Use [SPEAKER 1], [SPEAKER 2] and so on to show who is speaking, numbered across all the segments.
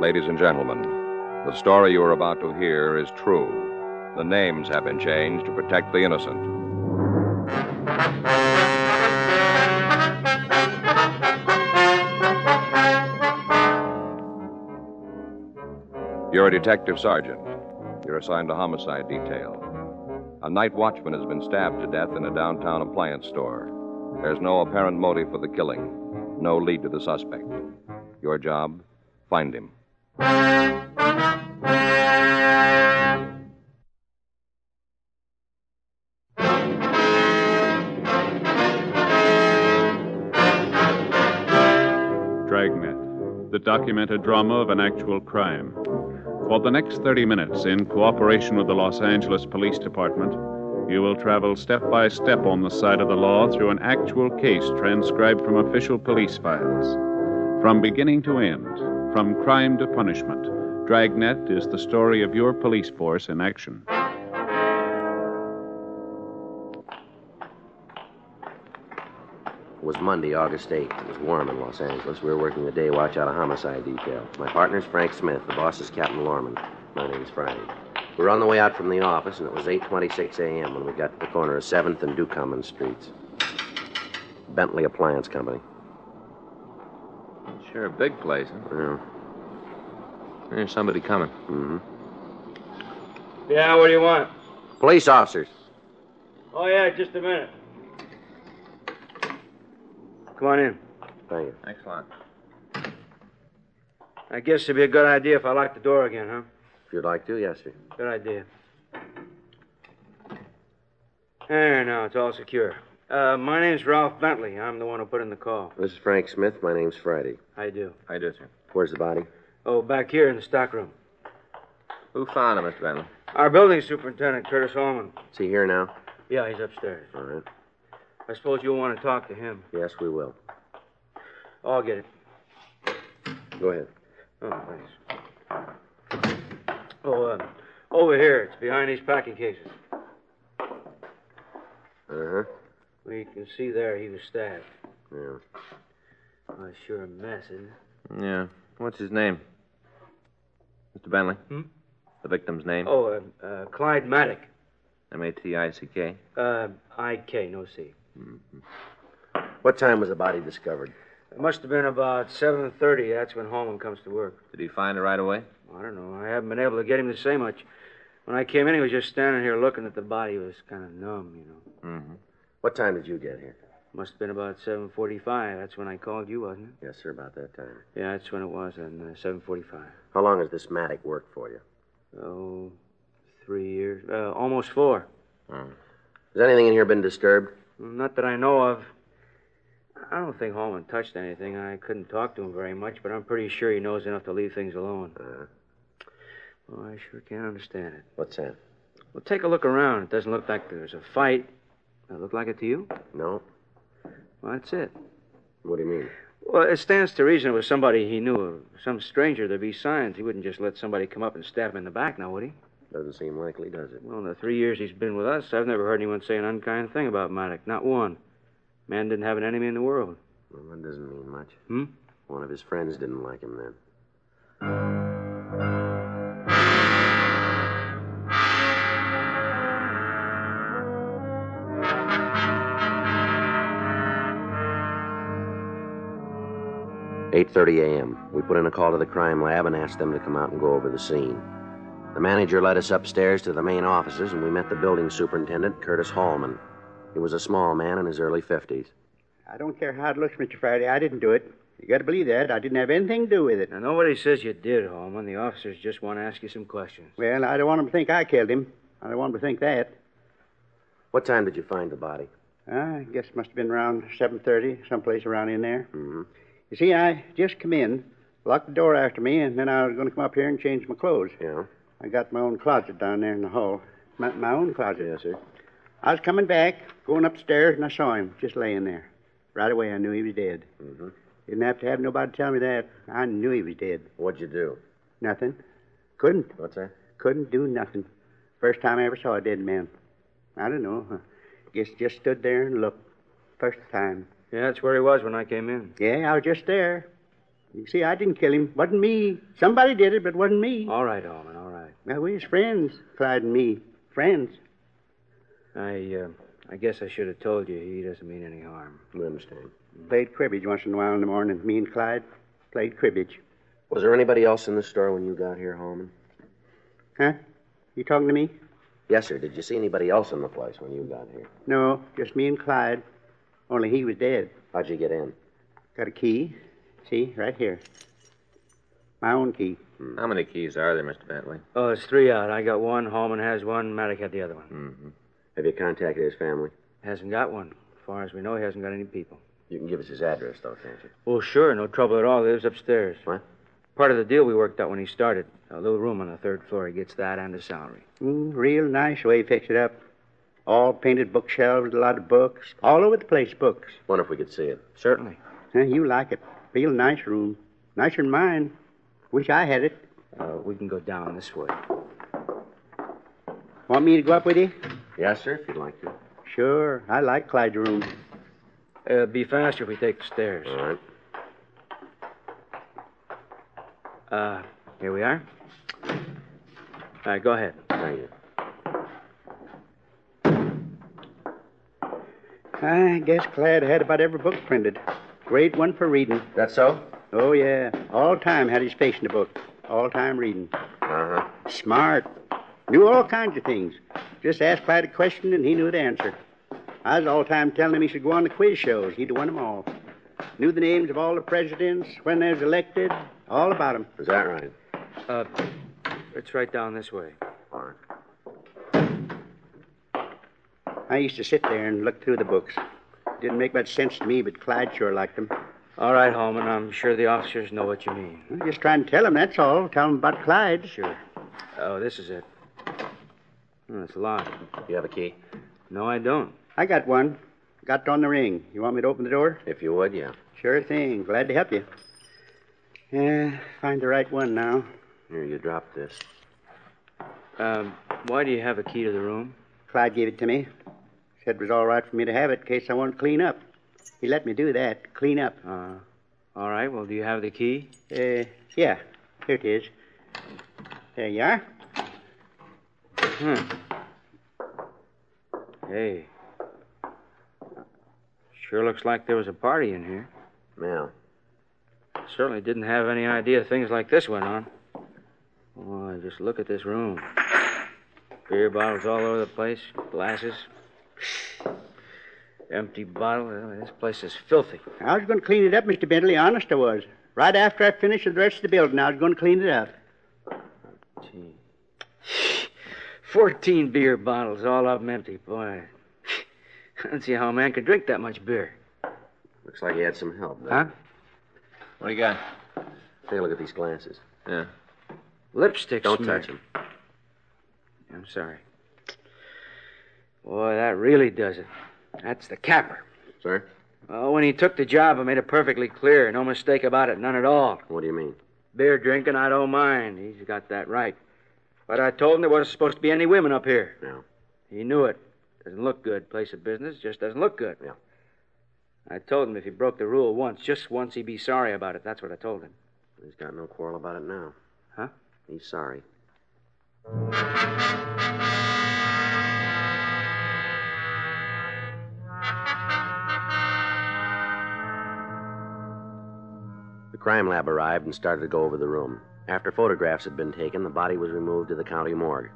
[SPEAKER 1] ladies and gentlemen, the story you are about to hear is true. The names have been changed to protect the innocent. You're a detective sergeant. You're assigned to homicide detail. A night watchman has been stabbed to death in a downtown appliance store. There's no apparent motive for the killing, no lead to the suspect. Your job, find him.
[SPEAKER 2] Dragnet, the documented drama of an actual crime. For the next 30 minutes, in cooperation with the Los Angeles Police Department, you will travel step by step on the side of the law through an actual case transcribed from official police files. From beginning to end, from crime to punishment, Dragnet is the story of your police force in action.
[SPEAKER 3] It was Monday, August 8th. It was warm in Los Angeles. We were working the day watch out of homicide detail. My partner's Frank Smith. The boss is Captain Lorman. My name's Friday. We were on the way out from the office, and it was 8.26 a.m. when we got to the corner of 7th and Ducommun Streets. Bentley Appliance Company.
[SPEAKER 4] Sure, a big place, huh?
[SPEAKER 3] Yeah.
[SPEAKER 4] There's somebody coming.
[SPEAKER 3] hmm
[SPEAKER 5] Yeah, what do you want?
[SPEAKER 3] Police officers.
[SPEAKER 5] Oh, yeah, just a minute. Come on in.
[SPEAKER 3] Thank you.
[SPEAKER 4] Excellent.
[SPEAKER 5] I guess it'd be a good idea if I locked the door again, huh?
[SPEAKER 3] If you'd like to, yes, sir.
[SPEAKER 5] Good idea. There, now, it's all secure. Uh, my name's Ralph Bentley. I'm the one who put in the call.
[SPEAKER 3] This is Frank Smith. My name's Friday.
[SPEAKER 5] I do.
[SPEAKER 4] I do, sir.
[SPEAKER 3] Where's the body?
[SPEAKER 5] Oh, back here in the stockroom.
[SPEAKER 4] Who found him, Mr. Bentley?
[SPEAKER 5] Our building superintendent, Curtis Allman.
[SPEAKER 3] Is he here now?
[SPEAKER 5] Yeah, he's upstairs.
[SPEAKER 3] All right.
[SPEAKER 5] I suppose you'll want to talk to him.
[SPEAKER 3] Yes, we will.
[SPEAKER 5] Oh, I'll get it.
[SPEAKER 3] Go ahead.
[SPEAKER 5] Oh, thanks. Oh, uh, over here. It's behind these packing cases.
[SPEAKER 3] Uh huh.
[SPEAKER 5] Well, you can see there he was stabbed.
[SPEAKER 3] Yeah.
[SPEAKER 5] Oh, sure a mess, isn't it?
[SPEAKER 4] Yeah. What's his name? Mr. Bentley?
[SPEAKER 5] Hmm?
[SPEAKER 4] The victim's name?
[SPEAKER 5] Oh, uh, uh, Clyde Maddock.
[SPEAKER 4] M A T I C K.
[SPEAKER 5] Uh, I-K, no C.
[SPEAKER 3] What time was the body discovered?
[SPEAKER 5] It must have been about 7.30. That's when Holman comes to work.
[SPEAKER 4] Did he find her right away?
[SPEAKER 5] I don't know. I haven't been able to get him to say much. When I came in, he was just standing here looking at the body. He was kind of numb, you know.
[SPEAKER 4] Mm-hmm.
[SPEAKER 3] What time did you get here?
[SPEAKER 5] Must have been about 7.45. That's when I called you, wasn't
[SPEAKER 3] Yes, sir, about that time.
[SPEAKER 5] it? Yeah, that's when it was, then, uh, 7.45.
[SPEAKER 3] How long has this Matic worked for you?
[SPEAKER 5] Oh, three years. Uh, almost four.
[SPEAKER 3] Hmm. Has anything in here been disturbed?
[SPEAKER 5] Not that I know of. I don't think Holman touched anything. I couldn't talk to him very much, but I'm pretty sure he knows enough to leave things alone.
[SPEAKER 3] Uh,
[SPEAKER 5] Oh, I sure can't understand it.
[SPEAKER 3] what's that?
[SPEAKER 5] Well, take a look around. It doesn't look like there's a fight. Does it look like it to you?
[SPEAKER 3] No?
[SPEAKER 5] Well, that's it.
[SPEAKER 3] What do you mean?
[SPEAKER 5] Well, it stands to reason it was somebody he knew, or some stranger. There'd be signs. He wouldn't just let somebody come up and stab him in the back now, would he?
[SPEAKER 3] Doesn't seem likely, does it?
[SPEAKER 5] Well, in the three years he's been with us, I've never heard anyone say an unkind thing about Maddock. Not one. Man didn't have an enemy in the world.
[SPEAKER 3] Well, that doesn't mean much.
[SPEAKER 5] Hmm?
[SPEAKER 3] One of his friends didn't like him then. Eight thirty a.m. We put in a call to the crime lab and asked them to come out and go over the scene. The manager led us upstairs to the main offices, and we met the building superintendent, Curtis Hallman. He was a small man in his early fifties.
[SPEAKER 6] I don't care how it looks, Mr. Friday. I didn't do it. You got to believe that. I didn't have anything to do with it.
[SPEAKER 5] Now, nobody says you did, Holman. The officers just want to ask you some questions.
[SPEAKER 6] Well, I don't want him to think I killed him. I don't want him to think that.
[SPEAKER 3] What time did you find the body?
[SPEAKER 6] I guess it must have been around 7.30, someplace around in there.
[SPEAKER 3] Mm-hmm.
[SPEAKER 6] You see, I just come in, locked the door after me, and then I was going to come up here and change my clothes.
[SPEAKER 3] Yeah.
[SPEAKER 6] I got my own closet down there in the hall. My, my own closet.
[SPEAKER 3] Yes, sir.
[SPEAKER 6] I was coming back, going upstairs, and I saw him just laying there. Right away, I knew he was dead.
[SPEAKER 3] Mm-hmm.
[SPEAKER 6] Didn't have to have nobody tell me that. I knew he was dead.
[SPEAKER 3] What'd you do?
[SPEAKER 6] Nothing. Couldn't.
[SPEAKER 3] What's that?
[SPEAKER 6] Couldn't do nothing. First time I ever saw a dead man. I don't know. I guess just stood there and looked. First time.
[SPEAKER 5] Yeah, that's where he was when I came in.
[SPEAKER 6] Yeah, I was just there. You see, I didn't kill him. Wasn't me. Somebody did it, but wasn't me.
[SPEAKER 5] All right, Allman, all right.
[SPEAKER 6] Now, we was friends, Clyde and me. Friends.
[SPEAKER 5] I, uh, I guess I should have told you he doesn't mean any harm.
[SPEAKER 3] I understand.
[SPEAKER 6] Played cribbage once in a while in the morning. Me and Clyde played cribbage.
[SPEAKER 3] Was there anybody else in the store when you got here, Holman?
[SPEAKER 6] Huh? You talking to me?
[SPEAKER 3] Yes, sir. Did you see anybody else in the place when you got here?
[SPEAKER 6] No, just me and Clyde. Only he was dead.
[SPEAKER 3] How'd you get in?
[SPEAKER 6] Got a key. See, right here. My own key.
[SPEAKER 4] Hmm. How many keys are there, Mr. Bentley?
[SPEAKER 5] Oh, it's three out. I got one. Holman has one. Maddock had the other one.
[SPEAKER 4] Mm-hmm.
[SPEAKER 3] Have you contacted his family?
[SPEAKER 5] Hasn't got one. As far as we know, he hasn't got any people.
[SPEAKER 3] You can give us his address, though, can't you?
[SPEAKER 5] Well, Oh, sure. No trouble at all. He lives upstairs.
[SPEAKER 3] What?
[SPEAKER 5] Part of the deal we worked out when he started. A little room on the third floor. He gets that and a salary.
[SPEAKER 6] Mm, real nice way he fixed it up. All painted bookshelves, a lot of books. All over the place, books.
[SPEAKER 3] Wonder if we could see it.
[SPEAKER 5] Certainly.
[SPEAKER 6] Huh, you like it. Real nice room. Nicer than mine. Wish I had it.
[SPEAKER 5] Uh, we can go down this way.
[SPEAKER 6] Want me to go up with you?
[SPEAKER 3] Yes, sir, if you'd like to.
[SPEAKER 6] Sure. I like Clyde's room.
[SPEAKER 5] Uh, be faster if we take the stairs.
[SPEAKER 3] All right.
[SPEAKER 5] Uh, here we are. All right, go ahead.
[SPEAKER 3] Thank you.
[SPEAKER 6] I guess Clyde had about every book printed. Great one for reading.
[SPEAKER 3] That so?
[SPEAKER 6] Oh, yeah. All time had his face in the book. All time reading.
[SPEAKER 3] Uh-huh.
[SPEAKER 6] Smart. Knew all kinds of things. Just asked Clyde a question and he knew the answer. I was all the time telling him he should go on the quiz shows. He'd have won them all. Knew the names of all the presidents, when they was elected, all about them.
[SPEAKER 3] Is that right?
[SPEAKER 5] Uh, it's right down this way.
[SPEAKER 3] All right.
[SPEAKER 6] I used to sit there and look through the books. Didn't make much sense to me, but Clyde sure liked them.
[SPEAKER 5] All right, Holman. I'm sure the officers know what you mean.
[SPEAKER 6] I'm just trying to tell him, that's all. Tell him about Clyde.
[SPEAKER 5] Sure. Oh, this is it. Hmm, it's locked.
[SPEAKER 3] You have a key?
[SPEAKER 5] No, I don't.
[SPEAKER 6] I got one. Got it on the ring. You want me to open the door?
[SPEAKER 3] If you would, yeah.
[SPEAKER 6] Sure thing. Glad to help you. Yeah, find the right one now.
[SPEAKER 3] Here, you drop this.
[SPEAKER 5] Um, why do you have a key to the room?
[SPEAKER 6] Clyde gave it to me. Said it was all right for me to have it in case I wanted to clean up. He let me do that, clean up.
[SPEAKER 5] Uh, all right. Well, do you have the key?
[SPEAKER 6] Uh, yeah, here it is. There you are.
[SPEAKER 5] Hmm. Hey. Sure looks like there was a party in here.
[SPEAKER 3] Yeah.
[SPEAKER 5] Certainly didn't have any idea things like this went on. Boy, just look at this room. Beer bottles all over the place, glasses. Empty bottle. Oh, This place is filthy.
[SPEAKER 6] I was going to clean it up, Mr. Bentley. Honest, I was. Right after I finished with the rest of the building, I was going to clean it up.
[SPEAKER 5] Gee. Fourteen beer bottles, all up empty. Boy, I don't see how a man could drink that much beer.
[SPEAKER 3] Looks like he had some help. doesn't
[SPEAKER 5] Huh?
[SPEAKER 3] it?
[SPEAKER 4] What do you got?
[SPEAKER 3] Take a look at these glasses.
[SPEAKER 4] Yeah.
[SPEAKER 5] Lipstick
[SPEAKER 3] Don't
[SPEAKER 5] smear.
[SPEAKER 3] touch them.
[SPEAKER 5] I'm sorry. Boy, that really does it. That's the capper.
[SPEAKER 3] Sir?
[SPEAKER 5] Oh, when he took the job, I made it perfectly clear. No mistake about it, none at all.
[SPEAKER 3] What do you mean?
[SPEAKER 5] Beer drinking, I don't mind. He's got that right. But I told him there wasn't supposed to be any women up here.
[SPEAKER 3] No.
[SPEAKER 5] He knew it. Doesn't look good. Place of business just doesn't look good.
[SPEAKER 3] Yeah.
[SPEAKER 5] I told him if he broke the rule once, just once, he'd be sorry about it. That's what I told him.
[SPEAKER 3] He's got no quarrel about it now.
[SPEAKER 5] Huh?
[SPEAKER 3] He's sorry. The crime lab arrived and started to go over the room. After photographs had been taken, the body was removed to the county morgue.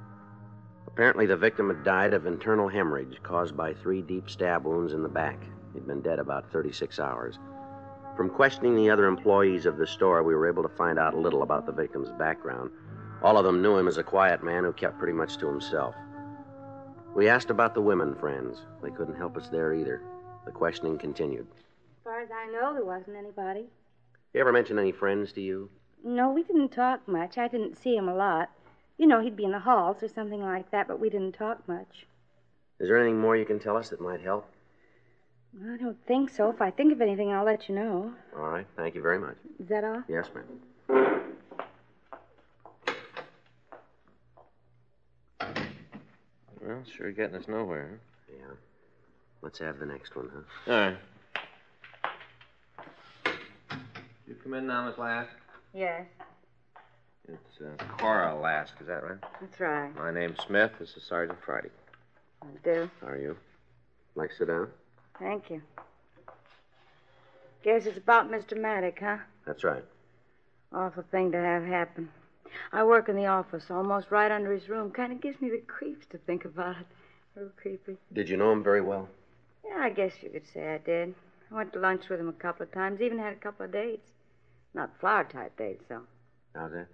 [SPEAKER 3] Apparently, the victim had died of internal hemorrhage caused by three deep stab wounds in the back. He'd been dead about 36 hours. From questioning the other employees of the store, we were able to find out little about the victim's background. All of them knew him as a quiet man who kept pretty much to himself. We asked about the women friends. They couldn't help us there either. The questioning continued.
[SPEAKER 7] As far as I know, there wasn't anybody.
[SPEAKER 3] You ever mention any friends to you?
[SPEAKER 7] No, we didn't talk much. I didn't see him a lot. You know, he'd be in the halls or something like that, but we didn't talk much.
[SPEAKER 3] Is there anything more you can tell us that might help?
[SPEAKER 7] I don't think so. If I think of anything, I'll let you know.
[SPEAKER 3] All right. Thank you very much.
[SPEAKER 7] Is that all?
[SPEAKER 3] Yes, ma'am.
[SPEAKER 4] Well, sure getting us nowhere.
[SPEAKER 3] Yeah. Let's have the next one, huh?
[SPEAKER 4] Huh? All right. You come in now, Miss Last?
[SPEAKER 8] Yes,
[SPEAKER 4] It's uh, Cora Last, is that right?
[SPEAKER 8] that's right.
[SPEAKER 4] My name's Smith. This is Sergeant Friday.
[SPEAKER 8] I do.
[SPEAKER 3] Are you? Like, sit down?
[SPEAKER 8] Thank you. Guess it's about Mr. Maddock, huh?
[SPEAKER 3] That's right.
[SPEAKER 8] Awful thing to have happen. I work in the office, almost right under his room. Kind of gives me the creeps to think about it. A little creepy.
[SPEAKER 3] Did you know him very well?
[SPEAKER 8] Yeah, I guess you could say I did. I went to lunch with him a couple of times, even had a couple of dates. Not flower type dates, though.
[SPEAKER 3] How's that?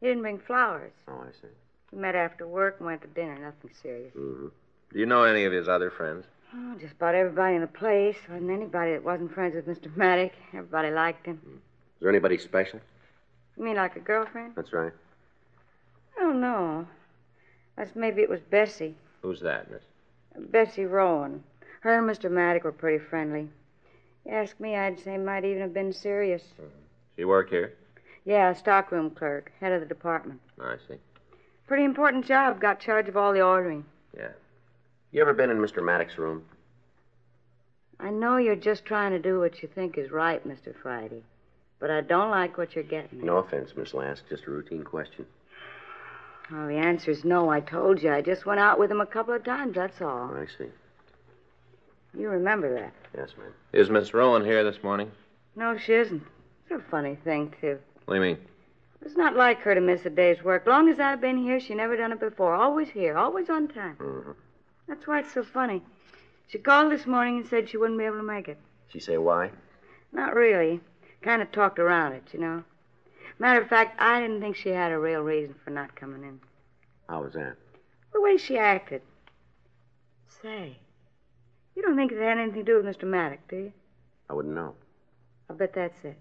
[SPEAKER 8] He didn't bring flowers.
[SPEAKER 3] Oh, I see.
[SPEAKER 8] We met after work and went to dinner, nothing serious.
[SPEAKER 3] Mm-hmm.
[SPEAKER 4] Do you know any of his other friends?
[SPEAKER 8] Oh, just about everybody in the place. Wasn't anybody that wasn't friends with Mr. Maddock. Everybody liked him.
[SPEAKER 3] Is there anybody special?
[SPEAKER 8] You mean like a girlfriend?
[SPEAKER 3] That's right.
[SPEAKER 8] I don't know. Unless maybe it was Bessie.
[SPEAKER 4] Who's that, Miss?
[SPEAKER 8] Bessie Rowan. Her and Mr. Maddock were pretty friendly. You ask me, I'd say might even have been serious.
[SPEAKER 4] She work here?
[SPEAKER 8] Yeah, stockroom clerk, head of the department.
[SPEAKER 4] I see.
[SPEAKER 8] Pretty important job. Got charge of all the ordering.
[SPEAKER 4] Yeah.
[SPEAKER 3] You ever been in Mr. Maddox's room?
[SPEAKER 8] I know you're just trying to do what you think is right, Mr. Friday, but I don't like what you're getting. at.
[SPEAKER 3] No offense, Miss Lask. Just a routine question.
[SPEAKER 8] Oh, the answer's no. I told you. I just went out with him a couple of times. That's all.
[SPEAKER 3] Oh, I see.
[SPEAKER 8] You remember that?
[SPEAKER 3] Yes, ma'am.
[SPEAKER 4] Is Miss Rowan here this morning?
[SPEAKER 8] No, she isn't. It's a funny thing too.
[SPEAKER 4] What do you mean?
[SPEAKER 8] It's not like her to miss a day's work. Long as I've been here, she never done it before. Always here, always on time.
[SPEAKER 3] Mm-hmm.
[SPEAKER 8] That's why it's so funny. She called this morning and said she wouldn't be able to make it.
[SPEAKER 3] She say why?
[SPEAKER 8] Not really. Kind of talked around it, you know. Matter of fact, I didn't think she had a real reason for not coming in.
[SPEAKER 3] How was that?
[SPEAKER 8] The way she acted. Say, you don't think it had anything to do with Mr. Maddock, do you?
[SPEAKER 3] I wouldn't know.
[SPEAKER 8] I bet that's it.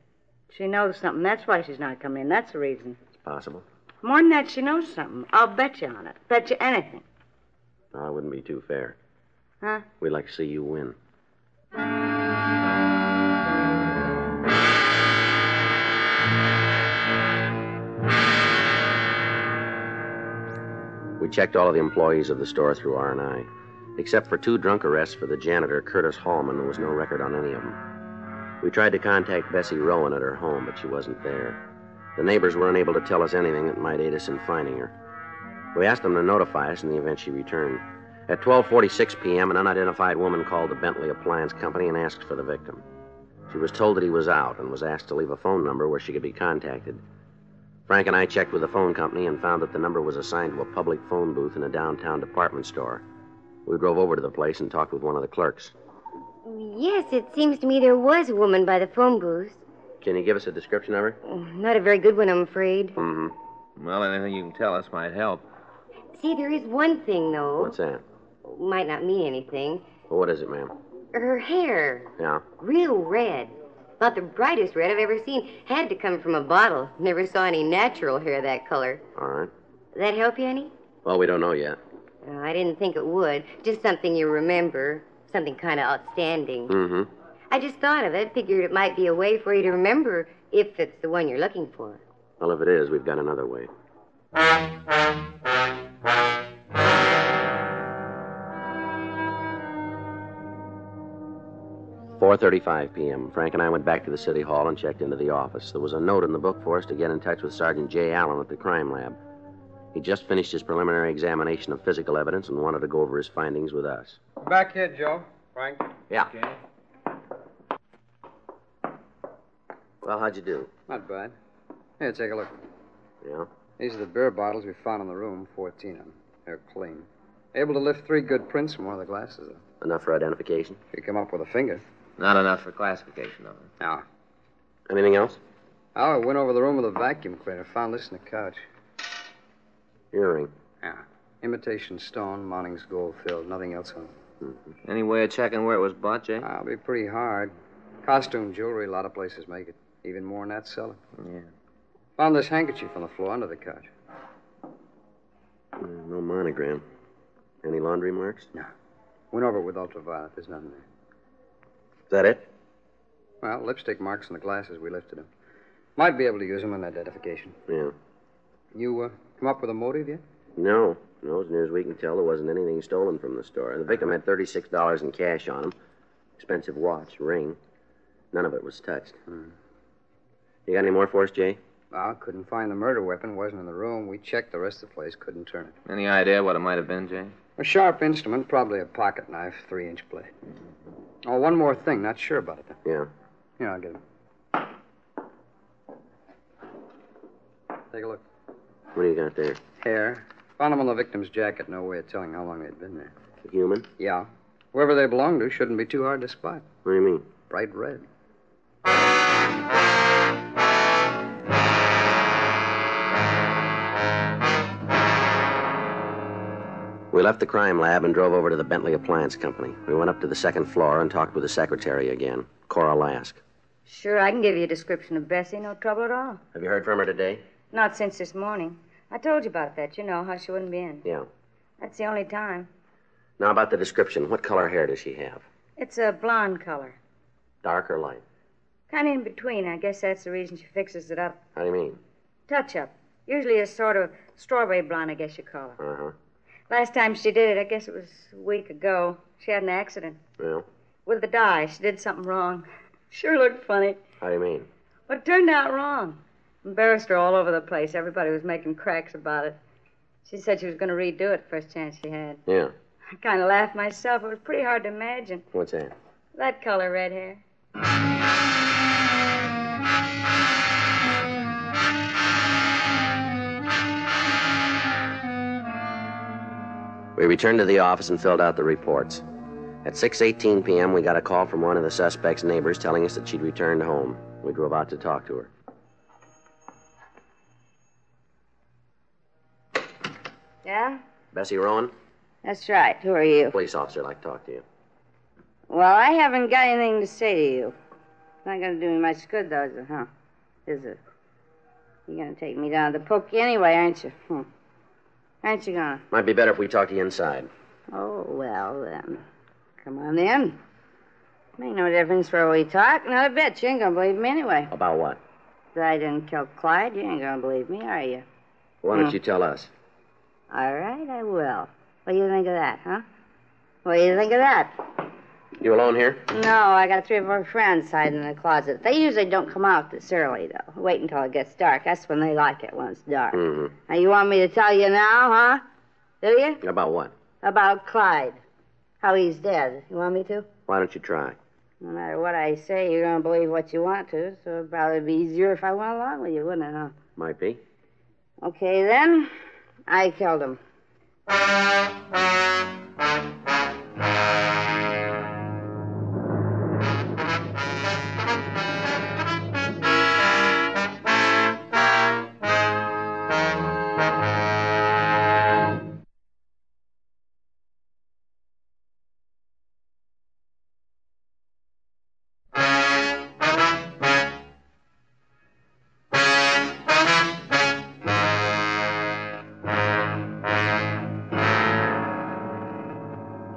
[SPEAKER 8] She knows something. That's why she's not coming in. That's the reason.
[SPEAKER 3] It's possible.
[SPEAKER 8] More than that, she knows something. I'll bet you on it. Bet you anything.
[SPEAKER 3] No, I wouldn't be too fair.
[SPEAKER 8] Huh?
[SPEAKER 3] We'd like to see you win. We checked all of the employees of the store through R&I. Except for two drunk arrests for the janitor, Curtis Hallman, there was no record on any of them. We tried to contact Bessie Rowan at her home, but she wasn't there. The neighbors were unable to tell us anything that might aid us in finding her. We asked them to notify us in the event she returned. At 12:46 p.m., an unidentified woman called the Bentley Appliance Company and asked for the victim. She was told that he was out and was asked to leave a phone number where she could be contacted. Frank and I checked with the phone company and found that the number was assigned to a public phone booth in a downtown department store. We drove over to the place and talked with one of the clerks.
[SPEAKER 9] Yes, it seems to me there was a woman by the phone booth.
[SPEAKER 3] Can you give us a description of her?
[SPEAKER 9] Oh, Not a very good one, I'm afraid.
[SPEAKER 3] Mm-hmm.
[SPEAKER 4] Well, anything you can tell us might help.
[SPEAKER 9] See, there is one thing, though.
[SPEAKER 3] What's that?
[SPEAKER 9] Might not mean anything.
[SPEAKER 3] Well, what is it, ma'am?
[SPEAKER 9] Her hair,
[SPEAKER 3] Yeah.
[SPEAKER 9] real red. About the brightest red I've ever seen. Had to come from a bottle. Never saw any natural hair that color.
[SPEAKER 3] All right.
[SPEAKER 9] That help you any?
[SPEAKER 3] Well, we don't know yet.
[SPEAKER 9] Oh, I didn't think it would. Just something you remember. Something kind of outstanding.
[SPEAKER 3] Mm-hmm.
[SPEAKER 9] I just thought of it. Figured it might be a way for you to remember if it's the one you're looking for.
[SPEAKER 3] Well, if it is, we've got another way. Four thirty-five p.m. Frank and I went back to the city hall and checked into the office. There was a note in the book for us to get in touch with Sergeant J. Allen at the crime lab. He just finished his preliminary examination of physical evidence and wanted to go over his findings with us.
[SPEAKER 10] Back here, Joe. Frank.
[SPEAKER 3] Yeah.
[SPEAKER 10] Okay.
[SPEAKER 3] Well, how'd you do?
[SPEAKER 10] Not bad. Here, take a look.
[SPEAKER 3] Yeah.
[SPEAKER 10] These are the beer bottles we found in the room, 14 of them. They're clean. Able to lift three good prints from one of the glasses, though.
[SPEAKER 3] Enough for identification.
[SPEAKER 10] If you come up with a finger.
[SPEAKER 4] Not enough for classification, though.
[SPEAKER 10] Now,
[SPEAKER 3] Ah. Anything else?
[SPEAKER 10] Oh, I went over the room with a vacuum cleaner, found this in the couch.
[SPEAKER 3] Earring.
[SPEAKER 10] Yeah. Imitation stone, Monning's gold filled, nothing else on it.
[SPEAKER 4] Mm-hmm. Any way of checking where it was bought, Jay?
[SPEAKER 10] I'll be pretty hard. Costume jewelry, a lot of places make it. Even more in that cellar.
[SPEAKER 4] Yeah.
[SPEAKER 10] Found this handkerchief on the floor under the couch.
[SPEAKER 3] Mm, No monogram. Any laundry marks? Is
[SPEAKER 10] Went over it with ultraviolet. There's nothing there.
[SPEAKER 3] that it?
[SPEAKER 10] Well, lipstick marks on the glasses we lifted him. Might be able to use them in identification.
[SPEAKER 3] Yeah.
[SPEAKER 10] You uh, come up with a motive yet?
[SPEAKER 3] No. No, as near as we can tell, there wasn't anything stolen from the store. The victim had $36 in Hmm. cash on him, expensive watch, ring. None of it was touched. You got any more for us, Jay?
[SPEAKER 10] I Ah, couldn't find the murder weapon. wasn't in the room. We checked the rest of the place. Couldn't turn it.
[SPEAKER 4] Any idea what it might have been, Jay?
[SPEAKER 10] A sharp instrument, probably a pocket knife, three-inch blade. Oh, one more thing. Not sure about it.
[SPEAKER 3] Though. Yeah.
[SPEAKER 10] Here, I'll get him. Take a look.
[SPEAKER 3] What do you got there?
[SPEAKER 10] Hair. Found them on the victim's jacket. No way of telling how long they'd been there.
[SPEAKER 3] A human?
[SPEAKER 10] Yeah. Whoever they belonged to shouldn't be too hard to spot.
[SPEAKER 3] What do you mean?
[SPEAKER 10] Bright red.
[SPEAKER 3] We left the crime lab and drove over to the Bentley Appliance Company. We went up to the second floor and talked with the secretary again, Cora Lask.
[SPEAKER 8] Sure, I can give you a description of Bessie. No trouble at all.
[SPEAKER 3] Have you heard from her today?
[SPEAKER 8] Not since this morning. I told you about that. You know how she wouldn't be in.
[SPEAKER 3] Yeah.
[SPEAKER 8] That's the only time.
[SPEAKER 3] Now about the description. What color hair does she have?
[SPEAKER 8] It's a blonde color.
[SPEAKER 3] Dark or light?
[SPEAKER 8] Kind of in between. I guess that's the reason she fixes it up.
[SPEAKER 3] How do you mean?
[SPEAKER 8] Touch up. Usually a sort of strawberry blonde, I guess you call it.
[SPEAKER 3] Uh huh.
[SPEAKER 8] Last time she did it, I guess it was a week ago. She had an accident.
[SPEAKER 3] Yeah?
[SPEAKER 8] With the dye. She did something wrong. Sure looked funny.
[SPEAKER 3] How do you mean?
[SPEAKER 8] But it turned out wrong. Embarrassed her all over the place. Everybody was making cracks about it. She said she was going to redo it first chance she had.
[SPEAKER 3] Yeah.
[SPEAKER 8] I kind of laughed myself. It was pretty hard to imagine.
[SPEAKER 3] What's that?
[SPEAKER 8] That color red hair.
[SPEAKER 3] We returned to the office and filled out the reports. At 6:18 p.m., we got a call from one of the suspect's neighbors telling us that she'd returned home. We drove out to talk to her.
[SPEAKER 11] Yeah?
[SPEAKER 3] Bessie Rowan?
[SPEAKER 11] That's right. Who are you?
[SPEAKER 3] Police officer, I'd like to talk to you.
[SPEAKER 11] Well, I haven't got anything to say to you. It's not going to do me much good, though, is it, huh? Is it? You're going to take me down to the pokey anyway, aren't you? Hmm. Aren't you going to?
[SPEAKER 3] Might be better if we talk to you inside.
[SPEAKER 11] Oh, well, then. Come on in. Make no difference where we talk. Not a bit. You ain't going to believe me anyway.
[SPEAKER 3] About what?
[SPEAKER 11] That I didn't kill Clyde. You ain't going to believe me, are you?
[SPEAKER 3] Why
[SPEAKER 11] Oh.
[SPEAKER 3] don't hmm. you tell us?
[SPEAKER 11] All right, I will. What do you think of that, huh? What do you think of that?
[SPEAKER 3] You alone here?
[SPEAKER 11] No, I got three or four friends hiding in the closet. They usually don't come out this early, though. Wait until it gets dark. That's when they like it, when it's dark.
[SPEAKER 3] Mm-hmm.
[SPEAKER 11] Now, you want me to tell you now, huh? Do you?
[SPEAKER 3] About what?
[SPEAKER 11] About Clyde. How he's dead. You want me to?
[SPEAKER 3] Why don't you try?
[SPEAKER 11] No matter what I say, you're going to believe what you want to, so it'd probably be easier if I went along with you, wouldn't it, huh?
[SPEAKER 3] Might be.
[SPEAKER 11] Okay, then. I killed him.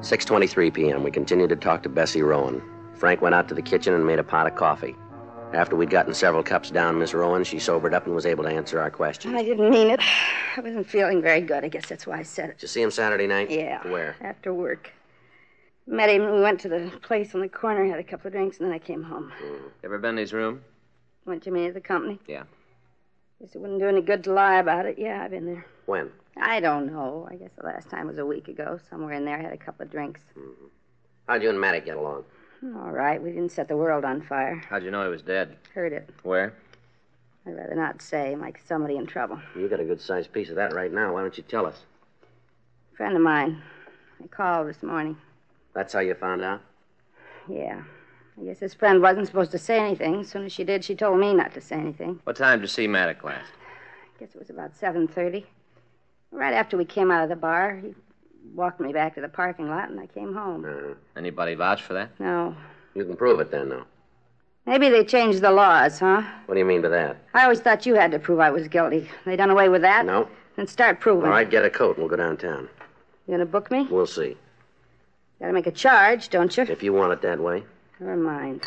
[SPEAKER 3] Six twenty-three p.m. We continued to talk to Bessie Rowan. Frank went out to the kitchen and made a pot of coffee. After we'd gotten several cups down, Miss Rowan, she sobered up and was able to answer our questions.
[SPEAKER 11] I didn't mean it. I wasn't feeling very good. I guess that's why I said it.
[SPEAKER 3] Did you see him Saturday night?
[SPEAKER 11] Yeah.
[SPEAKER 3] Where?
[SPEAKER 11] After work. Met him. We went to the place on the corner, had a couple of drinks, and then I came home. Mm.
[SPEAKER 4] Ever been to his room?
[SPEAKER 11] Went to meet at the company.
[SPEAKER 4] Yeah.
[SPEAKER 11] Guess it wouldn't do any good to lie about it. Yeah, I've been there.
[SPEAKER 3] When?
[SPEAKER 11] I don't know. I guess the last time was a week ago. Somewhere in there, I had a couple of drinks.
[SPEAKER 3] Mm-hmm. How'd you and Matty get along?
[SPEAKER 11] All right. We didn't set the world on fire.
[SPEAKER 4] How'd you know he was dead?
[SPEAKER 11] Heard it.
[SPEAKER 4] Where?
[SPEAKER 11] I'd rather not say. Like somebody in trouble.
[SPEAKER 3] You got a good sized piece of that right now. Why don't you tell us?
[SPEAKER 11] A friend of mine. I called this morning.
[SPEAKER 3] That's how you found out?
[SPEAKER 11] Yeah. I guess his friend wasn't supposed to say anything. As soon as she did, she told me not to say anything.
[SPEAKER 4] What time did you see Maddock last?
[SPEAKER 11] I guess it was about seven thirty. Right after we came out of the bar, he walked me back to the parking lot, and I came home.
[SPEAKER 3] Uh-huh.
[SPEAKER 4] Uh, anybody vouch for that?
[SPEAKER 11] No.
[SPEAKER 3] You can prove it then, though.
[SPEAKER 11] Maybe they changed the laws, huh?
[SPEAKER 3] What do you mean by that?
[SPEAKER 11] I always thought you had to prove I was guilty. They done away with that?
[SPEAKER 3] No.
[SPEAKER 11] Then start proving.
[SPEAKER 3] All right, get a coat and we'll go downtown.
[SPEAKER 11] You gonna book me?
[SPEAKER 3] We'll see.
[SPEAKER 11] Gotta make a charge, don't you?
[SPEAKER 3] If you want it that way.
[SPEAKER 11] Never mind.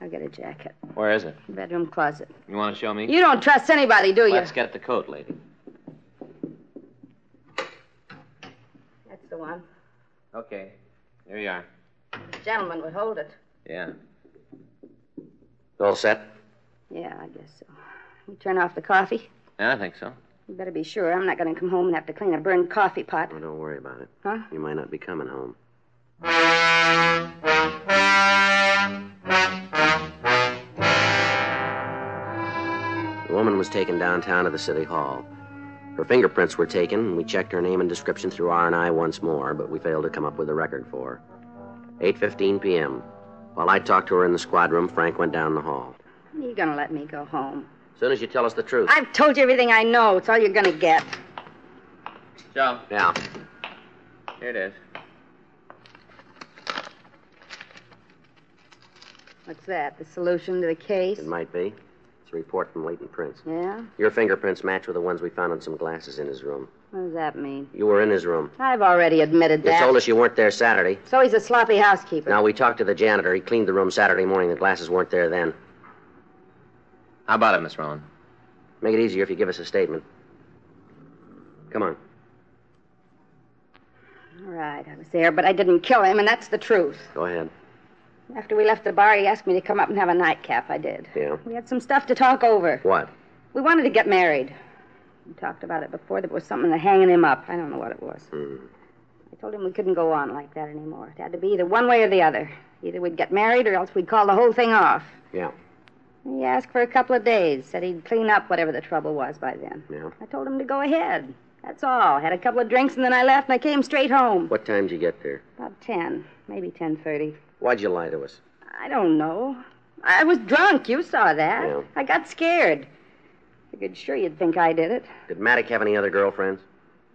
[SPEAKER 11] I'll get a jacket.
[SPEAKER 4] Where is it?
[SPEAKER 11] Bedroom closet.
[SPEAKER 4] You want to show me?
[SPEAKER 11] You don't trust anybody, do you?
[SPEAKER 4] Let's get the coat, lady.
[SPEAKER 11] That's the one.
[SPEAKER 4] Okay. Here you are.
[SPEAKER 11] The gentleman would hold it.
[SPEAKER 4] Yeah.
[SPEAKER 3] All set?
[SPEAKER 11] Yeah, I guess so. You turn off the coffee?
[SPEAKER 4] Yeah, I think so.
[SPEAKER 11] You better be sure. I'm not going to come home and have to clean a burned coffee pot.
[SPEAKER 3] Oh, don't worry about it.
[SPEAKER 11] Huh?
[SPEAKER 3] You might not be coming home. The woman was taken downtown to the city hall. Her fingerprints were taken, and we checked her name and description through R&I once more, but we failed to come up with a record for her. 8:15 p.m. While I talked to her in the squad room, Frank went down the hall.
[SPEAKER 11] You're going to let me go home.
[SPEAKER 3] As soon as you tell us the truth.
[SPEAKER 11] I've told you everything I know. It's all you're going to get.
[SPEAKER 4] Joe,
[SPEAKER 3] Yeah.
[SPEAKER 4] here it is.
[SPEAKER 11] What's that? The solution to the case?
[SPEAKER 3] It might be. It's a report from Leighton Prince.
[SPEAKER 11] Yeah?
[SPEAKER 3] Your fingerprints match with the ones we found on some glasses in his room.
[SPEAKER 11] What does that mean?
[SPEAKER 3] You were in his room.
[SPEAKER 11] I've already admitted
[SPEAKER 3] You
[SPEAKER 11] that.
[SPEAKER 3] told us you weren't there Saturday.
[SPEAKER 11] So he's a sloppy housekeeper.
[SPEAKER 3] Now, we talked to the janitor. He cleaned the room Saturday morning. The glasses weren't there then.
[SPEAKER 4] How about it, Miss Rowan?
[SPEAKER 3] Make it easier if you give us a statement. Come on.
[SPEAKER 11] All right, I was there, but I didn't kill him, and that's the truth.
[SPEAKER 3] Go ahead.
[SPEAKER 11] After we left the bar, he asked me to come up and have a nightcap. I did.
[SPEAKER 3] Yeah.
[SPEAKER 11] We had some stuff to talk over.
[SPEAKER 3] What?
[SPEAKER 11] We wanted to get married. We talked about it before. There was something hanging him up. I don't know what it was.
[SPEAKER 3] Hmm.
[SPEAKER 11] I told him we couldn't go on like that anymore. It had to be either one way or the other. Either we'd get married or else we'd call the whole thing off.
[SPEAKER 3] Yeah.
[SPEAKER 11] He asked for a couple of days, said he'd clean up whatever the trouble was by then.
[SPEAKER 3] Yeah.
[SPEAKER 11] I told him to go ahead. That's all. Had a couple of drinks and then I left and I came straight home.
[SPEAKER 3] What time did you get there?
[SPEAKER 11] About 10, maybe 10:30.
[SPEAKER 3] Why'd you lie to us?
[SPEAKER 11] I don't know. I was drunk. You saw that.
[SPEAKER 3] Yeah.
[SPEAKER 11] I got scared. Figured sure you'd think I did it.
[SPEAKER 3] Did Maddock have any other girlfriends?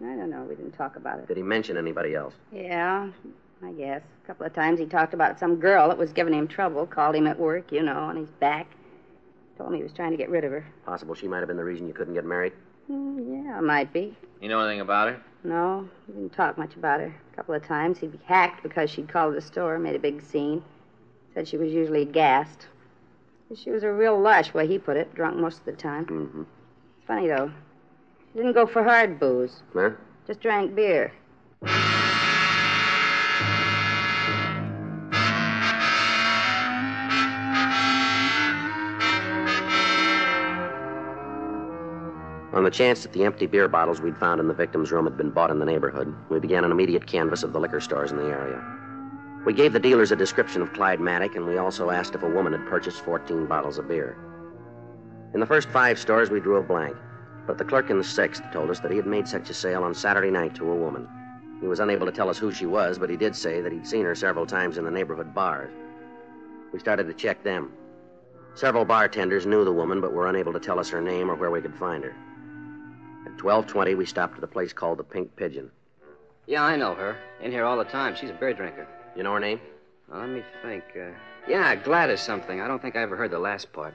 [SPEAKER 11] I don't know. We didn't talk about it.
[SPEAKER 3] Did he mention anybody else?
[SPEAKER 11] Yeah, I guess. A couple of times he talked about some girl that was giving him trouble, called him at work, you know, on his back. Told me he was trying to get rid of her.
[SPEAKER 3] Possible she might have been the reason you couldn't get married.
[SPEAKER 11] Mm, yeah, might be.
[SPEAKER 4] You know anything about her?
[SPEAKER 11] No, we didn't talk much about her. A couple of times he'd be hacked because she'd called the store, made a big scene. Said she was usually gassed. She was a real lush, way he put it, drunk most of the time.
[SPEAKER 3] Mm-hmm.
[SPEAKER 11] It's funny, though. She didn't go for hard booze,
[SPEAKER 3] Huh?
[SPEAKER 11] just drank beer.
[SPEAKER 3] On the chance that the empty beer bottles we'd found in the victim's room had been bought in the neighborhood, we began an immediate canvass of the liquor stores in the area. We gave the dealers a description of Clyde Maddock, and we also asked if a woman had purchased 14 bottles of beer. In the first five stores, we drew a blank, but the clerk in the sixth told us that he had made such a sale on Saturday night to a woman. He was unable to tell us who she was, but he did say that he'd seen her several times in the neighborhood bars. We started to check them. Several bartenders knew the woman, but were unable to tell us her name or where we could find her. At 12:20, we stopped at a place called the Pink Pigeon.
[SPEAKER 12] Yeah, I know her. In here all the time. She's a beer drinker.
[SPEAKER 3] You know her name?
[SPEAKER 12] Now, let me think. Uh, yeah, Gladys something. I don't think I ever heard the last part.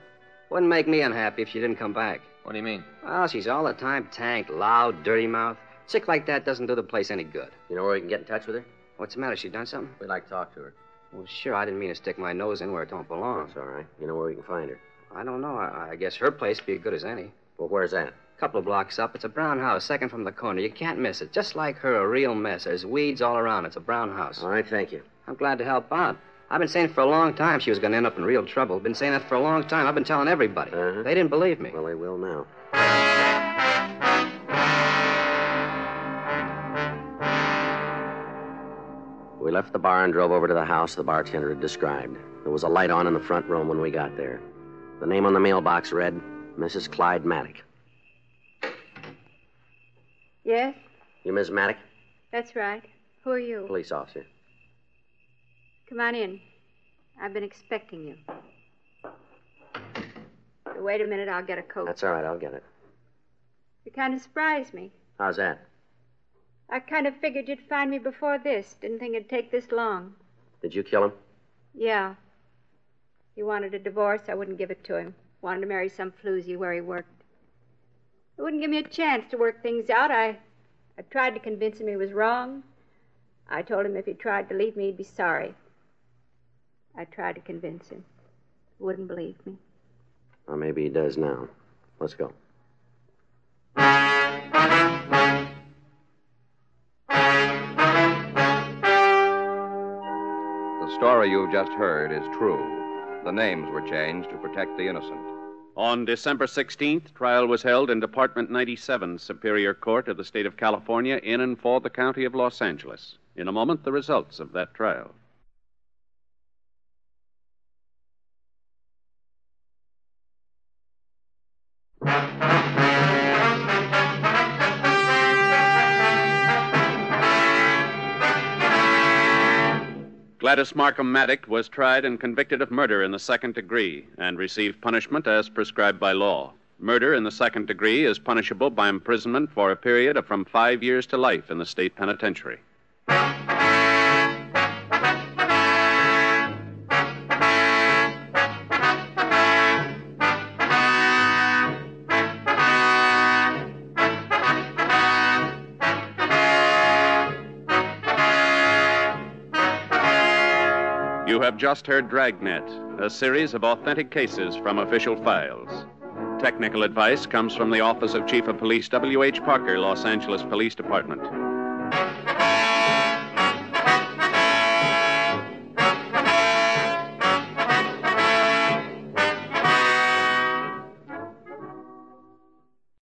[SPEAKER 12] Wouldn't make me unhappy if she didn't come back.
[SPEAKER 4] What do you mean?
[SPEAKER 12] Well, she's all the time tanked, loud, dirty mouth. Chick like that doesn't do the place any good.
[SPEAKER 3] You know where we can get in touch with her?
[SPEAKER 12] What's the matter? She done something?
[SPEAKER 3] We'd like to talk to her.
[SPEAKER 12] Well, sure. I didn't mean to stick my nose in where it don't belong.
[SPEAKER 3] That's all right. You know where we can find her.
[SPEAKER 12] I don't know. I, I guess her place be as good as any.
[SPEAKER 3] Well, where's that?
[SPEAKER 12] Couple of blocks up. It's a brown house, second from the corner. You can't miss it. Just like her, a real mess. There's weeds all around. It's a brown house.
[SPEAKER 3] All right, thank you.
[SPEAKER 12] I'm glad to help out. I've been saying for a long time she was going to end up in real trouble. Been saying that for a long time. I've been telling everybody. They didn't believe me.
[SPEAKER 3] Uh-huh. Well, they will now. We left the bar and drove over to the house the bartender had described. There was a light on in the front room when we got there. The name on the mailbox read Mrs. Clyde Maddock.
[SPEAKER 13] Yes,
[SPEAKER 3] You, Miss Maddock?
[SPEAKER 13] that's right. Who are you?
[SPEAKER 3] Police officer.
[SPEAKER 13] Come on in. I've been expecting you. Wait a minute, I'll get a coat.
[SPEAKER 3] That's all right, I'll get it.
[SPEAKER 13] You kind of surprised me.
[SPEAKER 3] How's that?
[SPEAKER 13] I kind of figured you'd find me before this. Didn't think it'd take this long.
[SPEAKER 3] Did you kill him?
[SPEAKER 13] Yeah. He wanted a divorce. I wouldn't give it to him. Wanted to marry some floozy where he worked. He wouldn't give me a chance to work things out. I, I tried to convince him he was wrong. I told him if he tried to leave me, he'd be sorry. I tried to convince him. He wouldn't believe me.
[SPEAKER 3] Or maybe he does now. Let's go.
[SPEAKER 1] The story you've just heard is true. The names were changed to protect the innocent.
[SPEAKER 2] On December 16th, trial was held in Department 97, Superior Court of the State of California, in and for the County of Los Angeles. In a moment, the results of that trial. Gladys Markham Maddock was tried and convicted of murder in the second degree and received punishment as prescribed by law. Murder in the second degree is punishable by imprisonment for a period of from five years to life in the state penitentiary. You have just heard Dragnet, a series of authentic cases from official files. Technical advice comes from the Office of Chief of Police W.H. Parker, Los Angeles Police Department.